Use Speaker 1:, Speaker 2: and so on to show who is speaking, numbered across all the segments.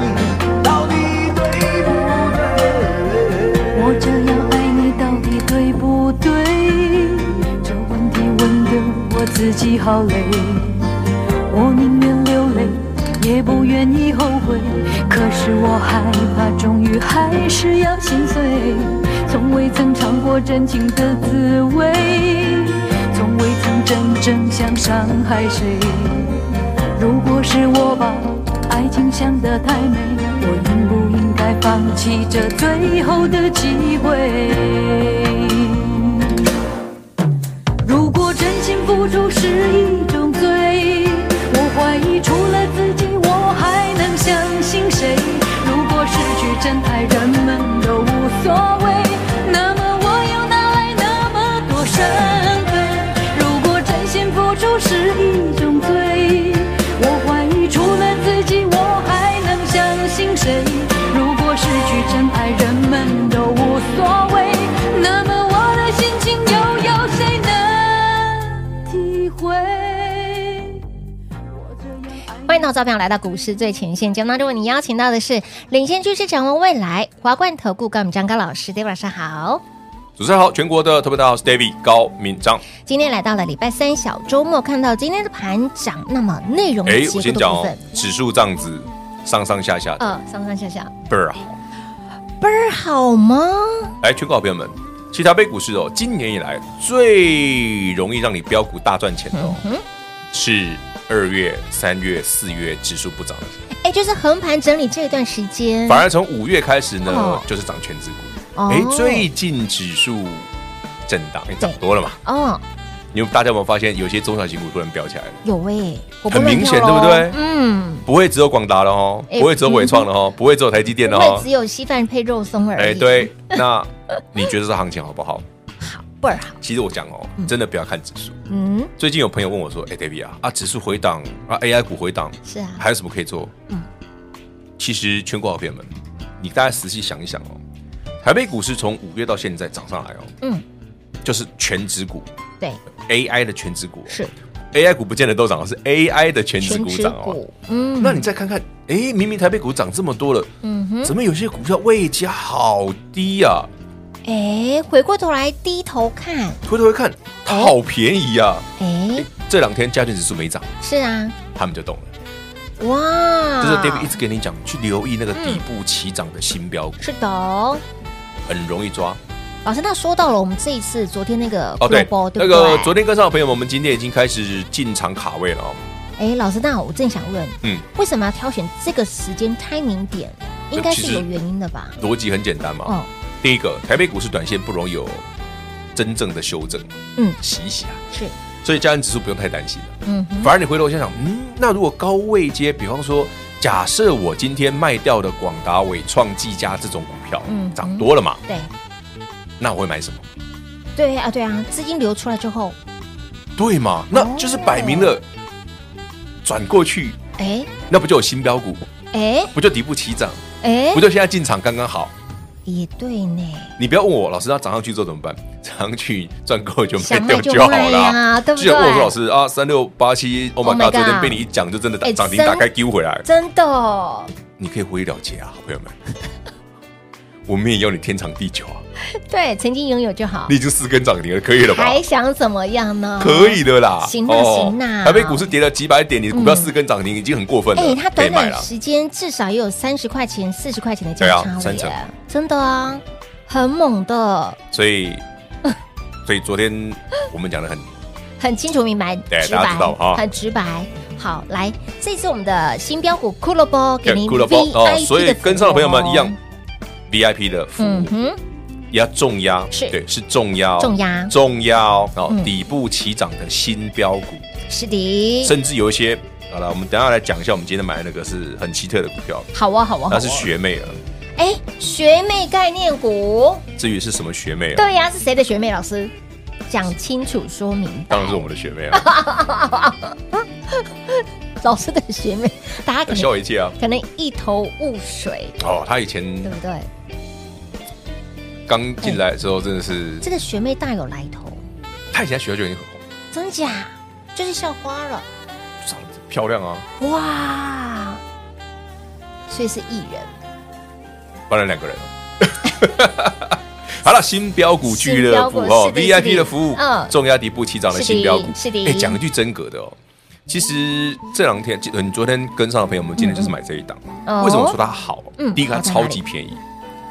Speaker 1: 你到底对不对？
Speaker 2: 我这样爱你到底对不对？这问题问得我自己好累，我宁愿流泪，也不愿意后悔。可是我害怕，终于还是要心碎，从未曾尝过真情的滋味，从未曾真正想伤害谁。如果是我把爱情想得太美，我应不应该放弃这最后的机会？如果真心付出是一种罪，我怀疑除了自己，我还能相信谁？如果失去真爱，人们都无所谓，那么我又哪来那么多伤痕？如果真心付出是一种罪，我怀疑除了自己，我还能相信谁？如果失去真爱，人们都无所谓，那么我的心情又有谁能体会？我这样爱你
Speaker 3: 欢迎到照片来到股市最前线节目当中，为你邀请到的是领先趋势、掌握未来华冠投顾高敏章高老师，大家晚上好。
Speaker 4: 主持人好，全国的特别大家好，我是 David 高敏章。
Speaker 3: 今天来到了礼拜三小周末，看到今天的盘涨，那么内容
Speaker 4: 哎
Speaker 3: 结，
Speaker 4: 我
Speaker 3: 构
Speaker 4: 先
Speaker 3: 的
Speaker 4: 讲
Speaker 3: 部
Speaker 4: 哦
Speaker 3: 分，，
Speaker 4: 指数这样子上上下下的
Speaker 3: 呃，上上下下
Speaker 4: 倍儿好。
Speaker 3: 倍儿好吗？
Speaker 4: 来，全国好朋友们，其实台北股市哦，今年以来最容易让你标股大赚钱的哦，
Speaker 3: 嗯
Speaker 4: 是二月、三月、四月指数不涨的时候，
Speaker 3: 哎，就是横盘整理这一段时间，
Speaker 4: 反而从五月开始呢
Speaker 3: 嗯哦，
Speaker 4: 就是涨全指股。
Speaker 3: 哦
Speaker 4: 哎，最近指数震荡，哎，涨多了嘛？
Speaker 3: 哦
Speaker 4: 因为大家有没有发现，有些中小型股突然飙起来了？
Speaker 3: 有哎、我不
Speaker 4: 很
Speaker 3: 乱
Speaker 4: 明
Speaker 3: 跳
Speaker 4: 显
Speaker 3: 咯
Speaker 4: 对不对
Speaker 3: 嗯，
Speaker 4: 不会只有广达了哦，
Speaker 3: 哎
Speaker 4: 不会只有伟创了 哦，不会只有台积电了
Speaker 3: 不
Speaker 4: 哦
Speaker 3: 会，只有稀饭配肉松而已。
Speaker 4: 哎，对，那你觉得这行情好不好？
Speaker 3: 倍儿好。
Speaker 4: 其实我讲哦，真的不要看指数。
Speaker 3: 嗯，
Speaker 4: 最近有朋友问我说：“哎，David 啊，啊，指数回档啊，AI 股回档，
Speaker 3: 是啊
Speaker 4: 还有什么可以做？”嗯，其实全国好朋友们，你大家仔细想一想哦，台北股市从五月到现在涨上来哦，
Speaker 3: 嗯，
Speaker 4: 就是全指股
Speaker 3: 对，
Speaker 4: AI 的全指股哦、
Speaker 3: 是
Speaker 4: AI 股不见得都涨，是 AI 的全指股
Speaker 3: 全
Speaker 4: 涨哦。
Speaker 3: 股。嗯，
Speaker 4: 那你再看看，哎，明明台北股涨这么多了，
Speaker 3: 嗯哼，
Speaker 4: 怎么有些股票位阶好低啊？
Speaker 3: 哎，回过头来低头看，
Speaker 4: 回头一看，它好便宜啊！
Speaker 3: 哎
Speaker 4: 哎，，这两天加权指数没涨，
Speaker 3: 是啊，
Speaker 4: 他们就懂了。
Speaker 3: 哇，
Speaker 4: 就是 David 一直跟你讲，去留意那个底部起涨的新标股，
Speaker 3: 是的哦。
Speaker 4: 很容易抓。
Speaker 3: 老师，那说到了我们这一次昨天那个
Speaker 4: 哦，对
Speaker 3: global，，不
Speaker 4: 那
Speaker 3: 对
Speaker 4: 个昨天跟上的朋友们，我们今天已经开始进场卡位了哦。
Speaker 3: 哎，老师，那我正想问，
Speaker 4: 嗯，呃
Speaker 3: 为什么要挑选这个时间 timing 点？应该是有原因的吧？
Speaker 4: 逻辑很简单嘛。
Speaker 3: 哦，
Speaker 4: 第一个，台北股市短线不容易有真正的修正，
Speaker 3: 嗯，
Speaker 4: 洗一洗啊。
Speaker 3: 是，
Speaker 4: 所以加权指数不用太担心了。
Speaker 3: 嗯哼，
Speaker 4: 反而你回头想想，嗯，那如果高位接，比方说，假设我今天卖掉的广达、伟创、技嘉这种股票
Speaker 3: 嗯，
Speaker 4: 涨多了嘛，
Speaker 3: 对，
Speaker 4: 那我会买什么？
Speaker 3: 对啊，对啊，资金流出来之后，
Speaker 4: 对嘛？那就是摆明
Speaker 3: 哦
Speaker 4: 了转过去，
Speaker 3: 哎
Speaker 4: 那不就有新标股？
Speaker 3: 哎
Speaker 4: 不就底部起涨？
Speaker 3: 哎
Speaker 4: 不，就现在进场刚刚好？
Speaker 3: 也对 呢，
Speaker 4: 你不要问我，老师，那涨上去之后怎么办？ 涨上去赚够就
Speaker 3: 想
Speaker 4: 卖
Speaker 3: 卖
Speaker 4: 掉
Speaker 3: 就
Speaker 4: 就好
Speaker 3: 卖
Speaker 4: 了
Speaker 3: 呀
Speaker 4: 啊。
Speaker 3: 对不
Speaker 4: 就像问我说
Speaker 3: 对
Speaker 4: 老师啊，三六八七，Oh
Speaker 3: Oh
Speaker 4: my
Speaker 3: my
Speaker 4: god！昨天
Speaker 3: god
Speaker 4: 被你一讲，就真的
Speaker 3: 哎
Speaker 4: 涨停
Speaker 3: 真
Speaker 4: 打开丢回来，
Speaker 3: 真的 哦，
Speaker 4: 你可以回忆了结啊，好朋友们。 我们也要你天长地久啊！
Speaker 3: 对，曾经拥有就好
Speaker 4: 你，已经四根涨停了，可以了吧？
Speaker 3: 还想怎么样呢？
Speaker 4: 可以的啦，
Speaker 3: 哦行啦
Speaker 4: 哦
Speaker 3: 行啦
Speaker 4: 台北股市跌了几百点，你的股票四根涨停已经很过分了，
Speaker 3: 哎、它
Speaker 4: 可以
Speaker 3: 短
Speaker 4: 买
Speaker 3: 短
Speaker 4: 了。
Speaker 3: 时间至少也有三十块钱、四十块钱的价
Speaker 4: 对啊
Speaker 3: 差了
Speaker 4: 三成
Speaker 3: 耶，真的啊，很猛的，
Speaker 4: 所 以，所以昨天我们讲的很
Speaker 3: 很清楚明白，
Speaker 4: 对
Speaker 3: 直
Speaker 4: 大家
Speaker 3: 白
Speaker 4: 知道啊
Speaker 3: 很直白。好，来，这次我们的新标股骷髅波给您
Speaker 4: Good about-
Speaker 3: VIP 的
Speaker 4: 哦所以跟上的朋友们一样
Speaker 3: 服务哦，
Speaker 4: ，VIP 的服
Speaker 3: 嗯
Speaker 4: 务
Speaker 3: 哼，
Speaker 4: 也要重压，
Speaker 3: 是
Speaker 4: 对，是重压哦，
Speaker 3: 重压
Speaker 4: 重压哦，哦
Speaker 3: 嗯
Speaker 4: 底部起涨的新标股，
Speaker 3: 是的，
Speaker 4: 甚至有一些好了，我们等一下来讲一下，我们今天买的那个是很奇特的股票，
Speaker 3: 好啊，好啊，好
Speaker 4: 那
Speaker 3: 啊
Speaker 4: 是学妹啊。
Speaker 3: 哎，学妹概念股，
Speaker 4: 至于是什么学妹啊，
Speaker 3: 对呀、是谁的学妹？老师讲清楚说明，
Speaker 4: 当然是我们的学妹 啊，
Speaker 3: 老师的学妹，大家可
Speaker 4: 吓
Speaker 3: 能
Speaker 4: 我一跳啊。
Speaker 3: 可能一头雾水，
Speaker 4: 哦，她以
Speaker 3: 对
Speaker 4: 前
Speaker 3: 不对？
Speaker 4: 刚进来的时候真的是，
Speaker 3: 这个学妹大有来头，
Speaker 4: 她以前在学校就已经很红，
Speaker 3: 真假？就是校花了，
Speaker 4: 长得漂亮啊，
Speaker 3: 哇！所以是艺人，
Speaker 4: 当然两个人 啊。好了，新标股俱乐部
Speaker 3: 新标股
Speaker 4: 哦
Speaker 3: 是的是的
Speaker 4: ，VIP 的服务
Speaker 3: 嗯，
Speaker 4: 重压底部起涨的新标股，
Speaker 3: 是的是的
Speaker 4: 哎，讲一句真格的哦。其实这两天，呃你昨天跟上的朋友们，今天就是买这一档。
Speaker 3: 嗯
Speaker 4: 为什么说它好
Speaker 3: 嗯？
Speaker 4: 第一个，它
Speaker 3: 好在哪里
Speaker 4: 超级便宜，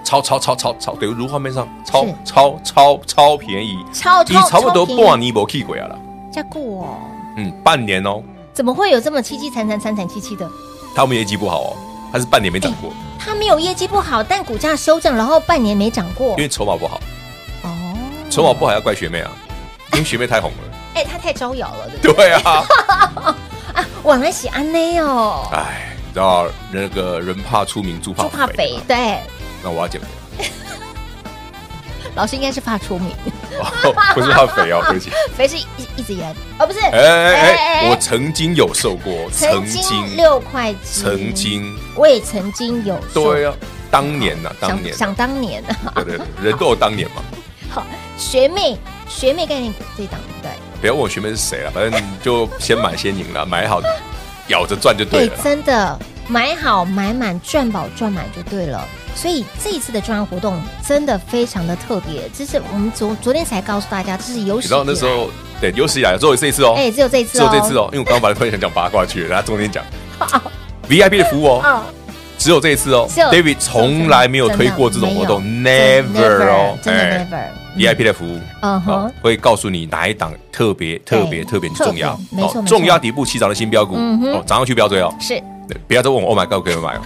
Speaker 4: 超超超超超，对，如画面上超
Speaker 3: 是哦
Speaker 4: 超超超便宜，
Speaker 3: 超
Speaker 4: 你差不多半
Speaker 3: 半
Speaker 4: 年没去过啊了，
Speaker 3: 加固哦，
Speaker 4: 嗯，半年哦，
Speaker 3: 怎么会有这么凄凄惨惨惨惨戚戚的？
Speaker 4: 他们业绩不好哦，它是半年没涨过，
Speaker 3: 他没有业绩不好，但股价修正，然后半年没涨过
Speaker 4: 因。为筹码不好，
Speaker 3: 哦，
Speaker 4: 筹码不好要怪学妹啊，因为学妹太红了，
Speaker 3: 哎、他太招摇了，对不对？
Speaker 4: 对啊，
Speaker 3: 往来喜安内哦，
Speaker 4: 哎，你知道那个人怕出名，猪怕
Speaker 3: 猪怕
Speaker 4: 肥
Speaker 3: 肥
Speaker 4: 嘛，，
Speaker 3: 对，
Speaker 4: 那我要减肥了，
Speaker 3: 老师应该是怕出名，
Speaker 4: 哦 不是怕肥哦，对不起，
Speaker 3: 肥是一一直盐，哦，不是，
Speaker 4: 哎哎哎，我曾经有瘦过，
Speaker 3: 曾
Speaker 4: 曾
Speaker 3: 经
Speaker 4: 经，
Speaker 3: 六块几，
Speaker 4: 曾，经，
Speaker 3: 我也曾经有瘦，
Speaker 4: 对啊，当年呐，当
Speaker 3: 想
Speaker 4: 年，
Speaker 3: 想当年 啊，
Speaker 4: 对对对，人都有当年嘛，
Speaker 3: 好，学妹学妹概念股这一档对，
Speaker 4: 不要问我学妹是谁了，反正就先买先赢了，买好咬着赚就对啊
Speaker 3: 哎、
Speaker 4: 了啦。
Speaker 3: 真的买好买满赚饱赚满就对了。所以这一次的专案活动真的非常的特别，这是我们昨昨天才告诉大家，这是有
Speaker 4: 你
Speaker 3: 史
Speaker 4: 知道那
Speaker 3: 以
Speaker 4: 时
Speaker 3: 来
Speaker 4: 候，对，有史以来只有这一次哦，
Speaker 3: 哎、只有这一次
Speaker 4: 只
Speaker 3: 哦，
Speaker 4: 有这次哦，因为我刚刚把它突然想讲八卦去了，然后中间讲 VIP 的服务哦，
Speaker 3: 哦，
Speaker 4: 只有这一次哦
Speaker 3: 只有
Speaker 4: ，David 从来没有推过这种活动，Never 哦，
Speaker 3: 真的 never，嗯
Speaker 4: VIP 的服务，
Speaker 3: 嗯哼
Speaker 4: 好会告诉你哪一档特别特别特别重要
Speaker 3: 特别，没错没错
Speaker 4: 重要底部起涨的新标股，
Speaker 3: 嗯哼
Speaker 4: 哦，涨上去不要追哦，
Speaker 3: 嗯是，
Speaker 4: 对不要再问我 Oh my God 可不可以买哦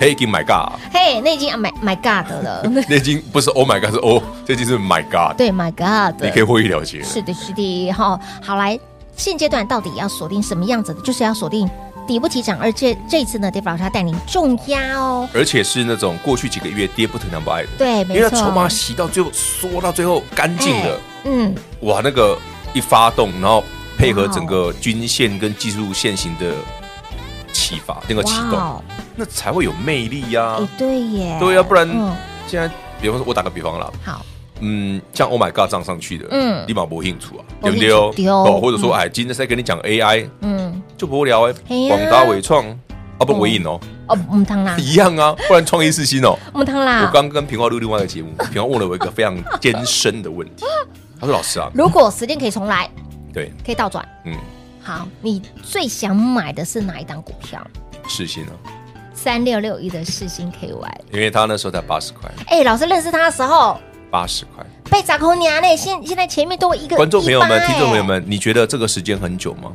Speaker 4: ，Hey g i My God，
Speaker 3: 嘿，那已经啊 my my god 了，
Speaker 4: 啊 那已经不是 Oh my God 是 Oh，这就是 My God，
Speaker 3: 对 my god，
Speaker 4: 你可以获益了结了，
Speaker 3: 是的，是的，哈、好来，现阶段到底要锁定什么样子的？就是要锁定底部起涨，而这这一次呢，Dave 老师他带领重压哦，
Speaker 4: 而且是那种过去几个月跌不疼娘不爱的，
Speaker 3: 对，
Speaker 4: 因
Speaker 3: 没
Speaker 4: 为它
Speaker 3: 错，
Speaker 4: 筹码洗到最后缩到最后干净了。
Speaker 3: 哎，嗯，
Speaker 4: 哇，那个一发动，然后配合整个均线跟技术线型的启发，那个启动，
Speaker 3: 哦，
Speaker 4: 那才会有魅力呀、
Speaker 3: 哎，对耶，
Speaker 4: 对呀、啊不然
Speaker 3: 嗯，
Speaker 4: 现在，比方说，我打个比方啦，
Speaker 3: 好，
Speaker 4: 嗯，像 Oh my God 涨上去的，
Speaker 3: 嗯
Speaker 4: 嗯，立马不兴趣啊，
Speaker 3: 没
Speaker 4: 对不
Speaker 3: 兴趣
Speaker 4: 对哦？
Speaker 3: 对哦
Speaker 4: 哦，或者说，哎，今天在跟你讲 AI
Speaker 3: 嗯，
Speaker 4: 就不无聊哎
Speaker 3: 哎，呀
Speaker 4: 广达伟创啊不伟影哦，
Speaker 3: 哦，木汤 啦，
Speaker 4: 一样啊，不然创意四新哦。
Speaker 3: 木汤
Speaker 4: 我
Speaker 3: 啦。
Speaker 4: 刚跟平花录另外一 个节目，平花问了我一个非常艰深的问题，他说：“老师 啊，
Speaker 3: 如果时间可以重来，
Speaker 4: 对，
Speaker 3: 可以倒转，
Speaker 4: 嗯，
Speaker 3: 好，你最想买的是哪一档股票？
Speaker 4: 世新啊，
Speaker 3: 三六六一的世星 KY。
Speaker 4: 因为他那时候才八十块，
Speaker 3: 哎，老师认识他的时候
Speaker 4: 八十块。
Speaker 3: 被砸空娘嘞，现现在前面都一个
Speaker 4: 观众朋友
Speaker 3: 一
Speaker 4: 们
Speaker 3: 八、哎
Speaker 4: 听众朋友们，你觉得这个时间很久吗？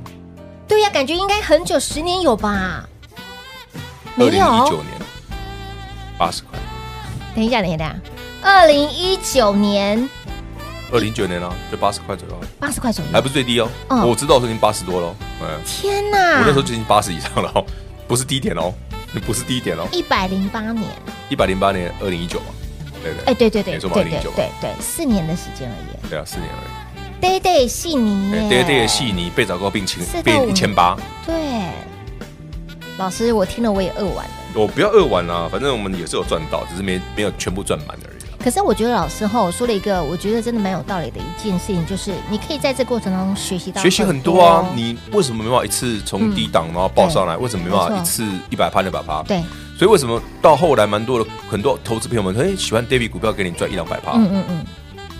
Speaker 3: 对呀、感觉应该很久，十年有吧？没
Speaker 4: 二零一
Speaker 3: 有
Speaker 4: 九，年八十块，
Speaker 3: 等一下，等一下，二零一九年
Speaker 4: 二零一九年啊，就八十块左右，
Speaker 3: 八十块左
Speaker 4: 还
Speaker 3: 右。
Speaker 4: 不是最低哦。
Speaker 3: 嗯啊
Speaker 4: 我知道我已经八十多了哦，嗯，我
Speaker 3: 天哪！
Speaker 4: 那时候就已经八十以上了哦，不是低点哦，不是低点哦，
Speaker 3: 一百零八年，
Speaker 4: 一百零八年二零一九嘛，对不
Speaker 3: 哎，对
Speaker 4: 对？
Speaker 3: 对对
Speaker 4: 没
Speaker 3: 对
Speaker 4: 错
Speaker 3: 对
Speaker 4: 嘛2019
Speaker 3: 对
Speaker 4: 嘛
Speaker 3: 对对，四年的时间而已。
Speaker 4: 对啊，四年而已。
Speaker 3: Day Day 悉尼耶，
Speaker 4: 对对，悉尼被找高病情
Speaker 3: 四到
Speaker 4: 变
Speaker 3: 五
Speaker 4: 一千八，
Speaker 3: 对。老师，我听了我也饿完了。
Speaker 4: 我不要扼腕啦，反正我们也是有赚到，只是没没有全部赚满而已啦。啊
Speaker 3: 可是我觉得老师后说了一个，我觉得真的蛮有道理的一件事情，就是你可以在这过程当中学习到
Speaker 4: 学习很多啊，
Speaker 3: 哦
Speaker 4: 你为什么没办法一次从低档然后报上来？为什么没办
Speaker 3: 嗯没
Speaker 4: 法
Speaker 3: 错
Speaker 4: 一次一百趴两百趴？
Speaker 3: 对，
Speaker 4: 所以为什么到后来蛮多的很多投资朋友们，哎，喜欢 David 股票给你赚一两百趴，
Speaker 3: 嗯嗯嗯，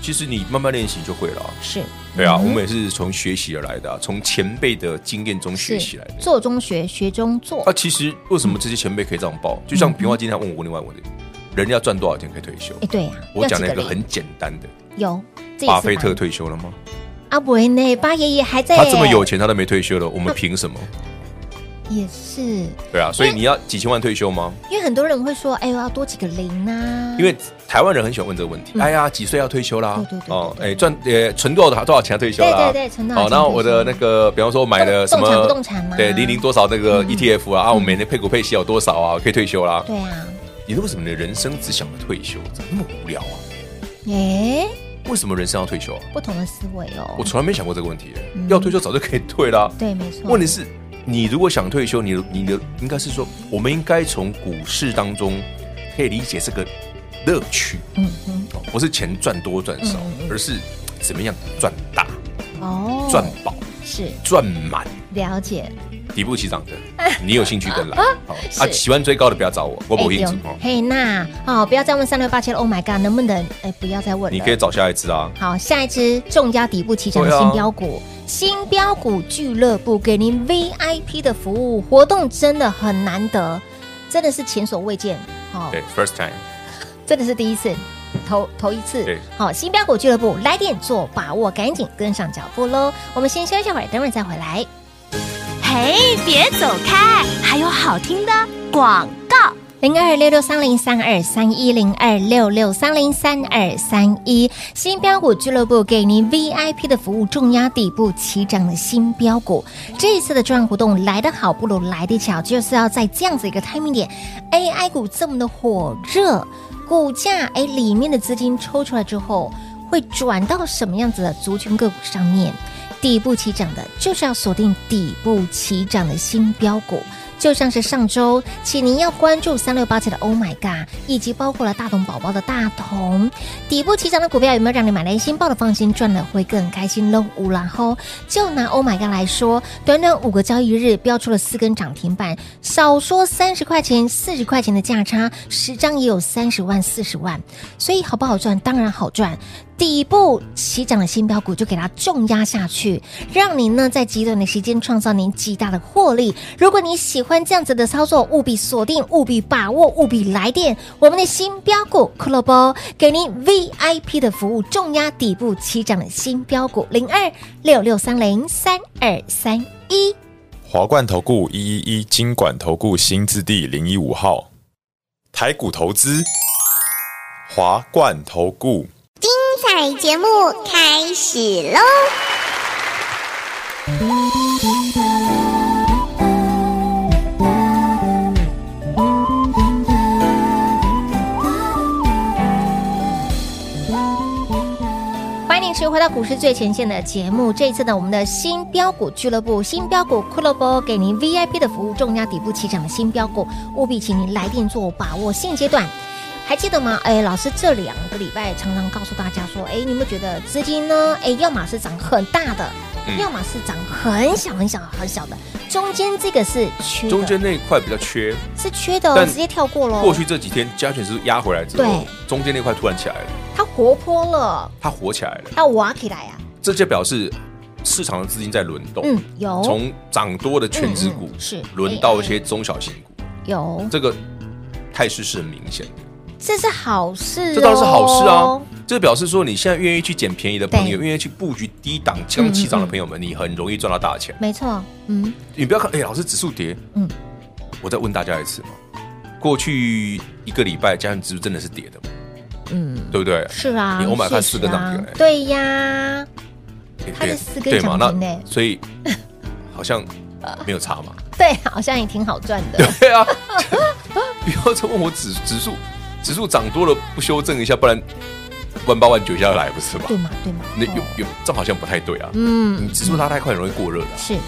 Speaker 4: 其实你慢慢练习就会了啊。
Speaker 3: 是
Speaker 4: 对
Speaker 3: 嗯
Speaker 4: 啊，我们也是从学习而来的啊，从前辈的经验中学习来的。
Speaker 3: 嗯做中学，学中做
Speaker 4: 啊，，其实为什么这些前辈可以这样报？
Speaker 3: 嗯
Speaker 4: 就像平花今天还问我另外一个问题，人要赚多少钱可以退休
Speaker 3: 哎，？对呀，
Speaker 4: 我讲
Speaker 3: 要几
Speaker 4: 了一个
Speaker 3: 零
Speaker 4: 很简单的，
Speaker 3: 有，这也是
Speaker 4: 巴菲特
Speaker 3: 蛮啊
Speaker 4: 退休了吗？
Speaker 3: 阿伯呢，巴爷爷还在，
Speaker 4: 他这么有，钱，他都没退休了，我们凭什么？
Speaker 3: 也是，
Speaker 4: 对啊，所以你要几千万退休吗？
Speaker 3: 因为很多人会说，哎，我要多几个零啊，
Speaker 4: 因为台湾人很喜欢问这个问题，
Speaker 3: 嗯
Speaker 4: 哎呀，几岁要退休啦？
Speaker 3: 对对对对
Speaker 4: 哎，赚呃存多少多少钱退休
Speaker 3: 对
Speaker 4: 啦？
Speaker 3: 对对存多少钱
Speaker 4: 哦，那我的那个，比方说买了什
Speaker 3: 动
Speaker 4: 么
Speaker 3: 动产不动产吗嗯
Speaker 4: 对，零零多少那个 ETF 啊，啊，我每年配股配息有多少啊？可以退休啦。
Speaker 3: 对啊，
Speaker 4: 你为什么你的人生只想着退休？怎么那么无聊啊？
Speaker 3: 耶，
Speaker 4: 为什么人生要退休啊？
Speaker 3: 不同的思维哦
Speaker 4: 我，从来没想过这个问题耶，
Speaker 3: 嗯
Speaker 4: 要退休早就可以退啦。
Speaker 3: 对，没错，
Speaker 4: 问题是，你如果想退休，你的你的应该是说，我们应该从股市当中可以理解这个乐趣，
Speaker 3: 嗯哼，嗯
Speaker 4: 哦不是钱赚多赚少，而是怎么样赚大、
Speaker 3: 哦，
Speaker 4: 赚饱、
Speaker 3: 是
Speaker 4: 赚满。
Speaker 3: 了解，
Speaker 4: 底部起涨的，你有兴趣跟来。好啊，
Speaker 3: 哎是
Speaker 4: 喜欢追高的不要找我，我不会
Speaker 3: 哎
Speaker 4: 一组
Speaker 3: 对哦
Speaker 4: 哦。
Speaker 3: 嘿那哦，不要再问三六八七了，Oh my god，能不能哎不要再问了，
Speaker 4: 你可以找下一只啊。
Speaker 3: 好，下一支重压底部起涨的
Speaker 4: 对啊
Speaker 3: 新标股，新标股俱乐部给您 VIP 的服务活动，真的很难得，真的是前所未见，好、
Speaker 4: 对，first time，
Speaker 3: 真哦的是第一次，头头一次
Speaker 4: 对。
Speaker 3: 好，新标股俱乐部来电做把握，赶紧跟上脚步喽！我们先休息会儿，等会儿再回来。
Speaker 5: 嘿，别走开，还有好听的广告。
Speaker 3: 零二六六三零三二三一零二六六三零三二三一新标股俱乐部给您 VIP 的服务，重压底部起涨的新标股。这一次的赚活动来得好不如来得巧，就是要在这样子一个 timing 点，AI 股这么的火热，股价哎里面的资金抽出来之后，会转到什么样子的族群个股上面？底部起涨的，就是要锁定底部起涨的新标股。就像是上周，请您要关注三六八七的 Oh My God，以及包括了大同宝宝的大同底部起涨的股票，有没有让你买来新抱的放心，赚了会更开心喽？五然后就拿 Oh My God 来说，短短五个交易日标出了四根涨停板，少说三十块钱、四十块钱的价差，十张也有三十万、四十万，所以好不好赚？当然好赚。底部起涨的新标股就给它重压下去，让您呢在极短的时间创造您极大的获利。如果你喜欢这样子的操作，务必锁定，务必把握，务必来电我们的新标股克罗波，给您 VIP 的服务，重压底部起涨的新标股零二六六三零三二三一。
Speaker 6: 华冠投顾一一一金管投顾新字第零一五号，台股投资，华冠投顾。
Speaker 7: 彩节目开始喽！
Speaker 3: 欢迎持续回到股市最前线的节目。这一次呢，我们的新标股俱乐部、新标股俱乐部给您 VIP 的服务，重压底部起涨的新标股，务必请您来电做把握。现阶段还记得吗？哎，老师这两个礼拜常常告诉大家说，哎，你们觉得资金呢？哎，要么是涨很大的，
Speaker 4: 嗯
Speaker 3: 要么是涨很小很小很小的，中间这个是缺的，
Speaker 4: 中间那一块比较缺，
Speaker 3: 是缺的哦，
Speaker 4: 但
Speaker 3: 直接跳过喽。
Speaker 4: 过去这几天加权指数压回来之后
Speaker 3: 对，
Speaker 4: 中间那块突然起来了，
Speaker 3: 它活泼了，
Speaker 4: 它火起来了，
Speaker 3: 它挖起来啊，
Speaker 4: 这就表示市场的资金在轮动，
Speaker 3: 嗯，有
Speaker 4: 从涨多的全指股
Speaker 3: 嗯嗯是哎
Speaker 4: 轮到一些中小型股，
Speaker 3: 有，
Speaker 4: 这个态势是很明显的，
Speaker 3: 这是好事、哦，
Speaker 4: 这当然是好事啊。这表示说，你现在愿意去捡便宜的朋友，
Speaker 3: 对嗯
Speaker 4: 愿意去布局低档将起涨的朋友们，你很容易赚到大钱。
Speaker 3: 没错，嗯，
Speaker 4: 你不要看，哎，老师指数跌，
Speaker 3: 嗯
Speaker 4: 嗯，我再问大家一次嘛，过去一个礼拜加权指数真的是跌的，嗯，对不对？
Speaker 3: 是啊，
Speaker 4: 你欧买看
Speaker 3: 是
Speaker 4: 四根涨停
Speaker 3: 啊
Speaker 4: 嘞
Speaker 3: 对呀，
Speaker 4: 哎
Speaker 3: 它是
Speaker 4: 对
Speaker 3: 四根
Speaker 4: 对嘛
Speaker 3: 涨停
Speaker 4: 那
Speaker 3: 嘞
Speaker 4: 所以好像没有差嘛。
Speaker 3: 对，好像也挺好赚的，
Speaker 4: 对啊， 不要再问我指指数，指数涨多了不修正一下，不然万八万九下来不是吗？
Speaker 3: 对嘛，对嘛，
Speaker 4: 那
Speaker 3: 哦
Speaker 4: 有有这好像不太对啊。
Speaker 3: 嗯，
Speaker 4: 你指数拉太快，很容易过热的啊、
Speaker 3: 是是，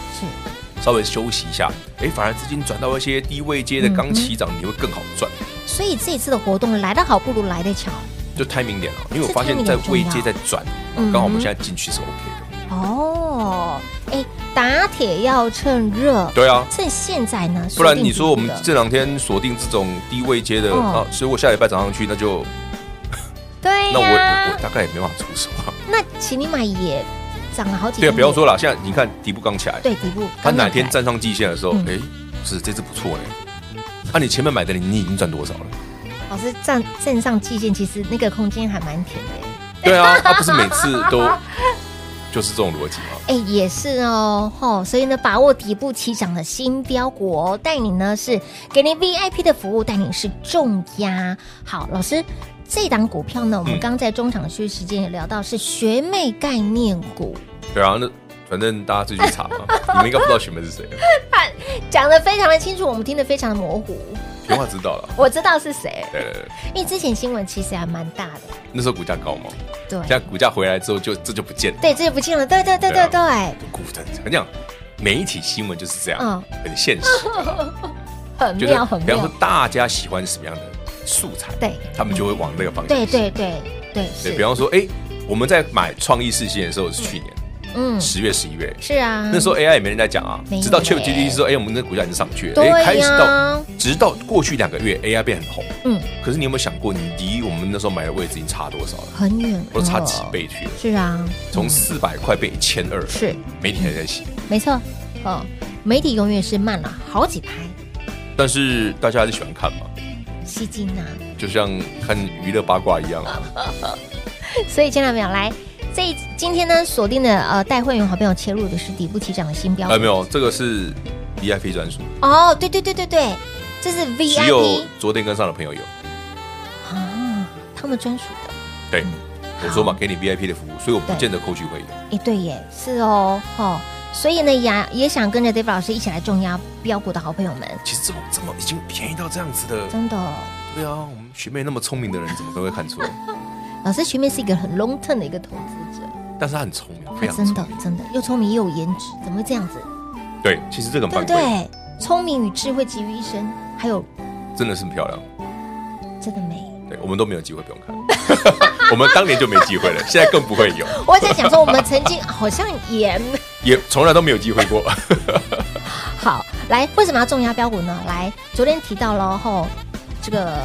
Speaker 4: 稍微休息一下，哎，反而资金转到一些低位接的
Speaker 3: 嗯
Speaker 4: 刚起涨，你会更好赚，
Speaker 3: 所以这一次的活动来得好不如来得巧
Speaker 4: 就 timing 点啊了。因为我
Speaker 3: 这
Speaker 4: 发现
Speaker 3: timing
Speaker 4: 在
Speaker 3: 很重
Speaker 4: 位
Speaker 3: 要
Speaker 4: 接在转，
Speaker 3: 嗯
Speaker 4: 刚好我们现在进去是 OK 的。
Speaker 3: 哦，哎，打铁要趁热，
Speaker 4: 对啊，
Speaker 3: 趁现在呢，
Speaker 4: 不然你说我们
Speaker 3: 锁定底部的
Speaker 4: 这两天锁定这种低位接的
Speaker 3: 哦
Speaker 4: 啊，所以我下礼拜涨上去，那就
Speaker 3: 对
Speaker 4: 那我我我
Speaker 3: 呀，
Speaker 4: 大概也没办法出手啊。
Speaker 3: 那请你买也涨了好几，
Speaker 4: 对啊，不要说，了，现在你看底部刚起来，
Speaker 3: 对底部，
Speaker 4: 他哪
Speaker 3: 刚
Speaker 4: 天
Speaker 3: 刚
Speaker 4: 站上季线的时候
Speaker 3: 嗯，
Speaker 4: 哎，是这只不错呢。啊，你前面买的你你已经赚多少了？
Speaker 3: 来老师站站
Speaker 4: 啊
Speaker 3: 上季线，其实那个空间还蛮甜的，
Speaker 4: 对啊，他不是每次都 就是这种逻辑嘛。
Speaker 3: 哎，也是哦，吼、所以呢，把握底部起涨的新标股哦，带你呢是给您 VIP 的服务，带你是重压。好，老师，这档股票呢，我们
Speaker 4: 嗯
Speaker 3: 刚刚在中场休息时间也聊到是学妹概念股，
Speaker 4: 对啊，那反正大家自己去查 嘛，你们应该不知道雪妹是谁，啊
Speaker 3: 讲的非常的清楚，我们听得非常的模糊。
Speaker 4: 不用知道了。
Speaker 3: 我知道是谁，
Speaker 4: 对对对，
Speaker 3: 因为之前新闻其实还蛮大的，
Speaker 4: 那时候股价高嘛，
Speaker 3: 对
Speaker 4: 现在股价回来之后就这就不见了。
Speaker 3: 对，这就不见了，对对对对对，
Speaker 4: 对啊股价怎么讲？媒体新闻就是这样，
Speaker 3: 嗯
Speaker 4: 很现实，啊
Speaker 3: 很
Speaker 4: 就是
Speaker 3: 妙很
Speaker 4: 比方说
Speaker 3: 妙，
Speaker 4: 大家喜欢什么样的素材，
Speaker 3: 对
Speaker 4: 他们就会往那个方向
Speaker 3: 对
Speaker 4: 去。
Speaker 3: 对对对，
Speaker 4: 对，比
Speaker 3: 是，
Speaker 4: 方说，哎，我们在买创意事件的时候是去年
Speaker 3: 嗯，
Speaker 4: 十月、十一月，
Speaker 3: 是啊，
Speaker 4: 那时候 AI 也没人在讲啊
Speaker 3: 没，有
Speaker 4: 直到
Speaker 3: 欸
Speaker 4: ChatGPT 说，哎，我们的股价已经上去了，
Speaker 3: 对
Speaker 4: 哎，开始
Speaker 3: 呀
Speaker 4: 到直到过去两个月 AI 变很红，
Speaker 3: 嗯，
Speaker 4: 可是你有没有想过，你离我们那时候买的位置已经差多少了？
Speaker 3: 很远，哦
Speaker 4: 都差几，倍去了，
Speaker 3: 是啊，
Speaker 4: 从四百块变一千二，
Speaker 3: 是
Speaker 4: 媒体还在写，
Speaker 3: 没错，哦，媒体永远是慢了好几拍，
Speaker 4: 但是大家还是喜欢看嘛，
Speaker 3: 吸睛呐、
Speaker 4: 就像看娱乐八卦一样啊。
Speaker 3: 所以，亲爱的朋友，来，这一今天呢锁定的呃带会员好朋友切入的是底部起涨的新标股，
Speaker 4: 哎，没有，这个是 VIP 专属，
Speaker 3: 哦，对对对对对，这是
Speaker 4: 只有
Speaker 3: VIP
Speaker 4: 昨天跟上的朋友有。
Speaker 3: 啊，他们专属的，
Speaker 4: 对，我说嘛，给你 VIP 的服务，所以我不
Speaker 3: 嗯对
Speaker 4: 见得扣去会有。
Speaker 3: 哎，对耶，是哦，哦，所以呢也也想跟着 David 老师一起来重压标股的好朋友们，
Speaker 4: 其实这么这么已经便宜到这样子的，
Speaker 3: 真的哦、
Speaker 4: 对啊，我们学妹那么聪明的人，怎么都会看出来？
Speaker 3: 老师前面是一个很 long term 的一个投资者，
Speaker 4: 但是她很聪明，非
Speaker 3: 他哦真
Speaker 4: 常聪
Speaker 3: 的
Speaker 4: 明。
Speaker 3: 真的又聪明又有颜值，怎么会这样子？
Speaker 4: 对，其实这个
Speaker 3: 对
Speaker 4: 蛮
Speaker 3: 不
Speaker 4: 贵的，
Speaker 3: 对？聪明与智慧集于一身，还有
Speaker 4: 真的是很漂亮。
Speaker 3: 真的美。
Speaker 4: 对，我们都没有机会，不用看。 我们当年就没机会了，现在更不会有，
Speaker 3: 我在想说，我们曾经好像也
Speaker 4: 也从来都没有机会过。
Speaker 3: 好来，为什么要重压标股呢？来，昨天提到了吼，这个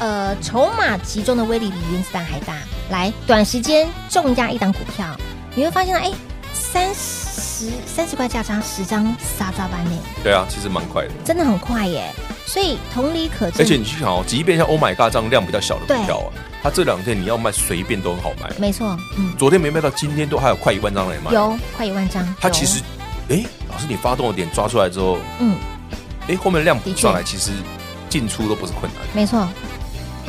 Speaker 3: 呃筹码集中的威力比原子弹还大。来，短时间重压一档股票，你会发现到哎，三十三十块价差十张杀抓班呢，
Speaker 4: 对啊，其实蛮快的。
Speaker 3: 真的很快耶。所以同理可
Speaker 4: 而且
Speaker 3: 证，
Speaker 4: 你去想哦，即便像 Oh My God 这样量比较小的
Speaker 3: 对
Speaker 4: 股票啊，它这两天你要卖随便都很好卖。
Speaker 3: 没错，嗯，
Speaker 4: 昨天没卖到，今天都还有快一万张来卖。
Speaker 3: 有快一万张。
Speaker 4: 它
Speaker 3: 有
Speaker 4: 其实，哎，老师你发动的点抓出来之后，
Speaker 3: 嗯，
Speaker 4: 哎，后面的量补
Speaker 3: 的确
Speaker 4: 上来，其实进出都不是困难。
Speaker 3: 没错，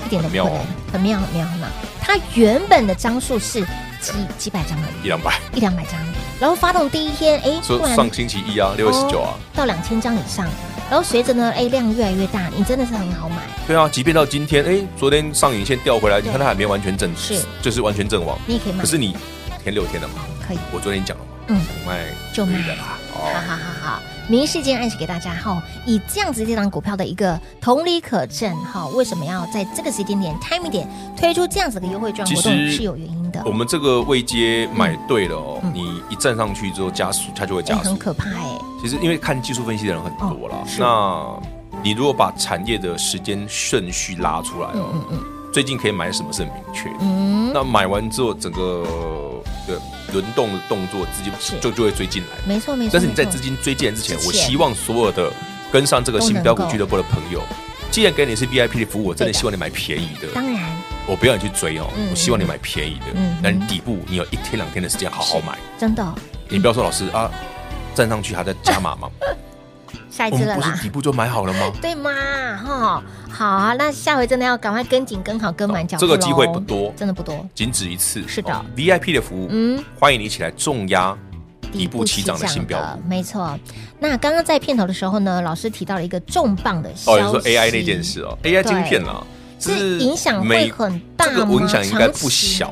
Speaker 3: 一点都不
Speaker 4: 很妙
Speaker 3: 困
Speaker 4: 哦
Speaker 3: 难，很妙很妙很妙。它原本的张数是几几百张而已。
Speaker 4: 一两百，
Speaker 3: 一两百张，然后发动第一天，哎，
Speaker 4: 所
Speaker 3: 突
Speaker 4: 以
Speaker 3: 然
Speaker 4: 上星期一啊，六月十九
Speaker 3: 哦，
Speaker 4: 啊
Speaker 3: 到两千张以上，然后随着呢，哎，量越来越大，你真的是很好买，
Speaker 4: 对啊，即便到今天，哎，昨天上影线掉回来，你
Speaker 3: 对
Speaker 4: 看它还没完全正，
Speaker 3: 是
Speaker 4: 就是完全阵亡。
Speaker 3: 你也可以买，
Speaker 4: 可是你前六天了嘛，
Speaker 3: 可以，
Speaker 4: 我昨天讲了嘛，
Speaker 3: 嗯
Speaker 4: 我卖
Speaker 3: 就卖
Speaker 4: 可以的啦，
Speaker 3: 好
Speaker 4: 哦，
Speaker 3: 好好好，明示间暗示给大家哈、以这样子这档股票的一个同理可证哈、为什么要在这个时间点 time 点推出这样子的优惠券活动
Speaker 4: 其实
Speaker 3: 是有原因的
Speaker 4: 我，们这个位阶买对了哦
Speaker 3: 嗯，
Speaker 4: 你一站上去之后加速，它就会
Speaker 3: 哎，
Speaker 4: 加
Speaker 3: 很
Speaker 4: 速。
Speaker 3: 可怕哎，
Speaker 4: 其实因为看技术分析的人很多啦
Speaker 3: 哦，是
Speaker 4: 那你如果把产业的时间顺序拉出来哦，最近可以买什么是很明确的。
Speaker 3: 嗯，
Speaker 4: 那买完之后，整个的轮动的动作，资金
Speaker 3: 是
Speaker 4: 就就会追进来。
Speaker 3: 没错没错，
Speaker 4: 但是你在
Speaker 3: 没错
Speaker 4: 资金追进来之前
Speaker 3: 之，前
Speaker 4: 我希望所有的跟上这个新标股俱乐部的朋友，既然给你是 VIP 的服务，我真
Speaker 3: 对的
Speaker 4: 的希望你买便宜的，
Speaker 3: 当然
Speaker 4: 我不要你去追哦
Speaker 3: 嗯，
Speaker 4: 我希望你买便宜的
Speaker 3: 嗯嗯，
Speaker 4: 但是底部你有一天两天的时间好好买，
Speaker 3: 真的哦
Speaker 4: 你不要说老师啊，站上去还在 加码吗？
Speaker 3: 下一
Speaker 4: 我
Speaker 3: 次
Speaker 4: 们
Speaker 3: 了
Speaker 4: 不
Speaker 3: 啦
Speaker 4: 是。底部就买好了吗？
Speaker 3: 对嘛，哈，好啊，那下回真的要赶快跟紧、跟好、跟满脚步
Speaker 4: 哦这
Speaker 3: 喽。
Speaker 4: 个机会不多
Speaker 3: 真的不多。
Speaker 4: 仅止一次，
Speaker 3: 是的
Speaker 4: 哦 VIP 的服务，
Speaker 3: 嗯
Speaker 4: 欢迎你一起来重压底部起涨的新标股。
Speaker 3: 没错。那刚刚在片头的时候呢，老师提到了一个重磅的消
Speaker 4: 哦，
Speaker 3: 息，
Speaker 4: 你说 AI 那件事哦，AI 晶片啊，
Speaker 3: 是
Speaker 4: 是
Speaker 3: 影响
Speaker 4: 美
Speaker 3: 会很大
Speaker 4: 这个
Speaker 3: 吗
Speaker 4: 影响应该
Speaker 3: 长期
Speaker 4: 不小，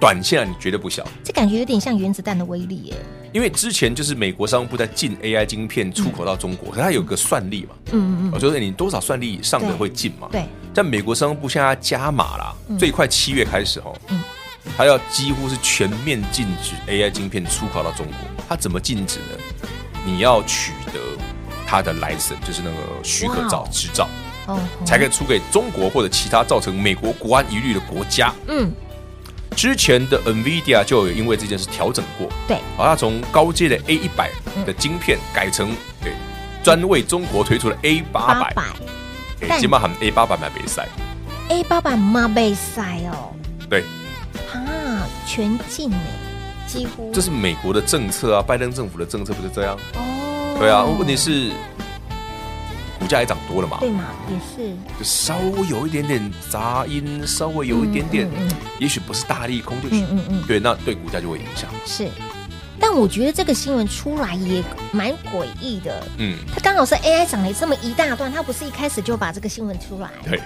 Speaker 4: 短线啊你绝对不小，
Speaker 3: 这感觉有点像原子弹的威力耶。
Speaker 4: 因为之前就是美国商务部在禁 AI 晶片出口到中国，可它有个算力嘛，
Speaker 3: 嗯嗯嗯
Speaker 4: 我就是你多少算力以上的
Speaker 3: 对
Speaker 4: 会禁嘛
Speaker 3: 嗯，，对，
Speaker 4: 但美国商务部现在加码啦，最快七月开始哦
Speaker 3: 嗯，
Speaker 4: 它要几乎是全面禁止 AI 晶片出口到中国。它怎么禁止呢？你要取得它的 license，就是那个许可
Speaker 3: 哇
Speaker 4: 照
Speaker 3: 哦、
Speaker 4: 执照，
Speaker 3: 哦，
Speaker 4: 才可以出给中国或者其他造成美国国安疑虑的国家。
Speaker 3: 嗯，
Speaker 4: 之前的 NVIDIA 就有因为这件事调整过，
Speaker 3: 对，嗯
Speaker 4: 把它从高阶的 A 一百的晶片改成对专为中国推出的 A 八
Speaker 3: 八
Speaker 4: 百，
Speaker 3: 百哎
Speaker 4: 哎，
Speaker 3: 但
Speaker 4: 起码喊 A 八百买比赛，
Speaker 3: A 八百妈被塞哦，
Speaker 4: 对。
Speaker 3: 啊，全进耶，几乎
Speaker 4: 这是美国的政策啊，拜登政府的政策不是这样？
Speaker 3: 哦
Speaker 4: 对啊，问题是股价也涨多了嘛，
Speaker 3: 对嘛，也是
Speaker 4: 就稍微有一点点杂音，稍微有一点点，也许不是大利空，就是、
Speaker 3: 嗯嗯嗯嗯
Speaker 4: 对，那对股价就会影响。
Speaker 3: 是。但我觉得这个新闻出来也蛮诡异的，
Speaker 4: 嗯，
Speaker 3: 它刚好是 AI 涨了这么一大段，它不是一开始就把这个新闻出来，
Speaker 4: 对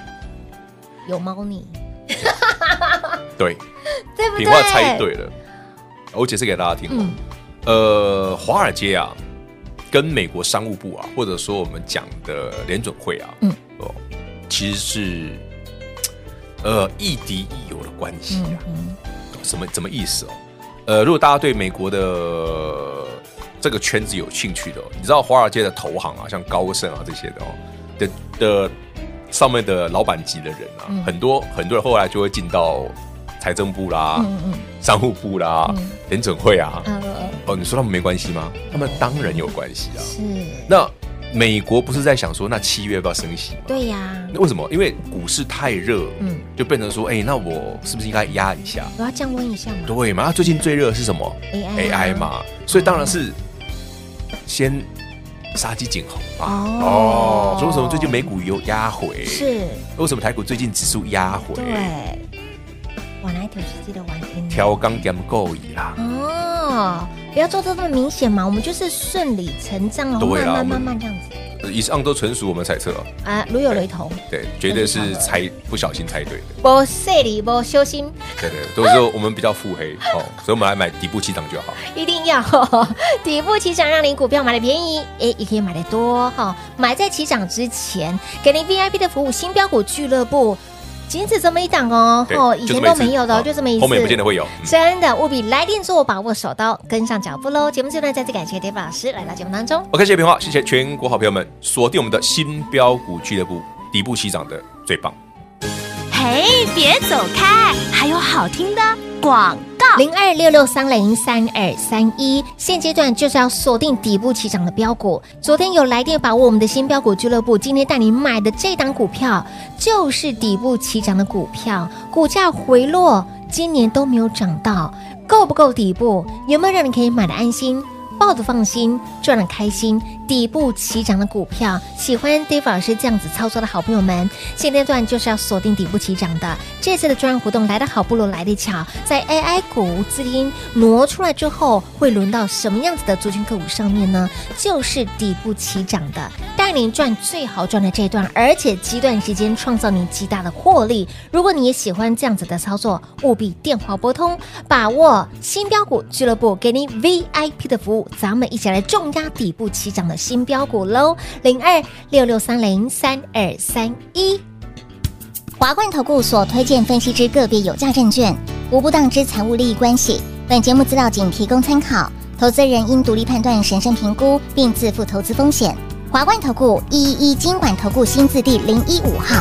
Speaker 3: 有猫腻，
Speaker 4: 对，
Speaker 3: 对啊不对？
Speaker 4: 品话猜对了。我解释给大家听哦、
Speaker 3: 嗯
Speaker 4: 呃，华尔街啊，跟美国商务部啊，或者说我们讲的联准会啊，
Speaker 3: 嗯
Speaker 4: 哦，其实是呃亦敌亦友的关系
Speaker 3: 嗯
Speaker 4: 啊。什么什么意思哦？呃，如果大家对美国的呃这个圈子有兴趣的、哦，你知道华尔街的投行啊，像高盛啊这些的哦的的上面的老板级的人啊，
Speaker 3: 嗯
Speaker 4: 很多很多人后来就会进到财政部啦、
Speaker 3: 嗯嗯
Speaker 4: 商务部啦、联准会啊。
Speaker 3: 嗯，呃，
Speaker 4: 哦，你说他们没关系吗？他们当然有关系
Speaker 3: 嗯
Speaker 4: 啊。
Speaker 3: 是，
Speaker 4: 那美国不是在想说，那七月要不要升息吗？
Speaker 3: 对呀，
Speaker 4: 那为什么？因为股市太热，
Speaker 3: 嗯
Speaker 4: 嗯，就变成说，哎、那我是不是应该压一下？
Speaker 3: 我要降温一下嘛，
Speaker 4: 对嘛？那最近最热的是什么
Speaker 3: AI 啊
Speaker 4: 嘛，所以当然是先杀鸡儆猴嘛。
Speaker 3: 哦
Speaker 4: 所以为什么最近美股有压回？
Speaker 3: 是，
Speaker 4: 为什么台股最近指数压回？
Speaker 3: 对，晚来一条是记得晚听的
Speaker 4: 调刚点够矣啦。
Speaker 3: 哦，不要做的那么明显嘛，我们就是顺理成章，然后
Speaker 4: 对
Speaker 3: 慢
Speaker 4: 啊
Speaker 3: 慢
Speaker 4: 我
Speaker 3: 慢
Speaker 4: 们
Speaker 3: 慢这样子
Speaker 4: 以上都纯属我们猜测，
Speaker 3: 啊，如有雷同，
Speaker 4: 对，绝对是猜不小心猜对的。
Speaker 3: 不碎里不修心，
Speaker 4: 对对，对都是我们比较腹黑哦，所以我们来买底部起涨就好。
Speaker 3: 一定要呵呵底部起涨，让你股票买的便宜，哎，也可以买的多哈、买在起涨之前，给您 VIP 的服务，新标股俱乐部，仅此这么一档哦，
Speaker 4: 对
Speaker 3: 哦，以前都没有的哦，
Speaker 4: 就
Speaker 3: 就
Speaker 4: 这
Speaker 3: 这
Speaker 4: 么
Speaker 3: 么
Speaker 4: 一
Speaker 3: 一
Speaker 4: 次
Speaker 3: 次，
Speaker 4: 后面不见得会有嗯
Speaker 3: 真的务必来电做把握手刀，跟上脚步喽。节目最后呢再次感谢 David 老师来到节目当中。
Speaker 4: OK，谢谢平话，谢谢全国好朋友们锁定我们的新标股俱乐部，底部起涨的最棒。
Speaker 5: 嘿，别走开，还有好听的广告。
Speaker 3: 零二六六三零三二三一。现阶段就是要锁定底部起涨的标股。昨天有来电把握我们的新标股俱乐部，今天带你买的这档股票就是底部起涨的股票，股价回落，今年都没有涨到，够不够底部？有没有让你可以买的安心？抱的放心，赚的开心，底部起涨的股票，喜欢 Dave 老师这样子操作的好朋友们，现阶段就是要锁定底部起涨的。这次的专案活动来的好不如来的巧，在 AI 股资金挪出来之后，会轮到什么样子的族群个股上面呢？就是底部起涨的，带您赚最好赚的这一段，而且极短时间创造你极大的获利。如果你也喜欢这样子的操作，务必电话拨通，把握新标股俱乐部给您 VIP 的服务，咱们一起来重压底部起涨的新标股喽，零二六六三零三二三一。
Speaker 7: 华冠投顾所推荐分析之个别有价证券，无不当之财务利益关系。本节目资料仅提供参考，投资人应独立判断、审慎评估，并自负投资风险。华冠投顾一一一金管投顾新字第零一五号。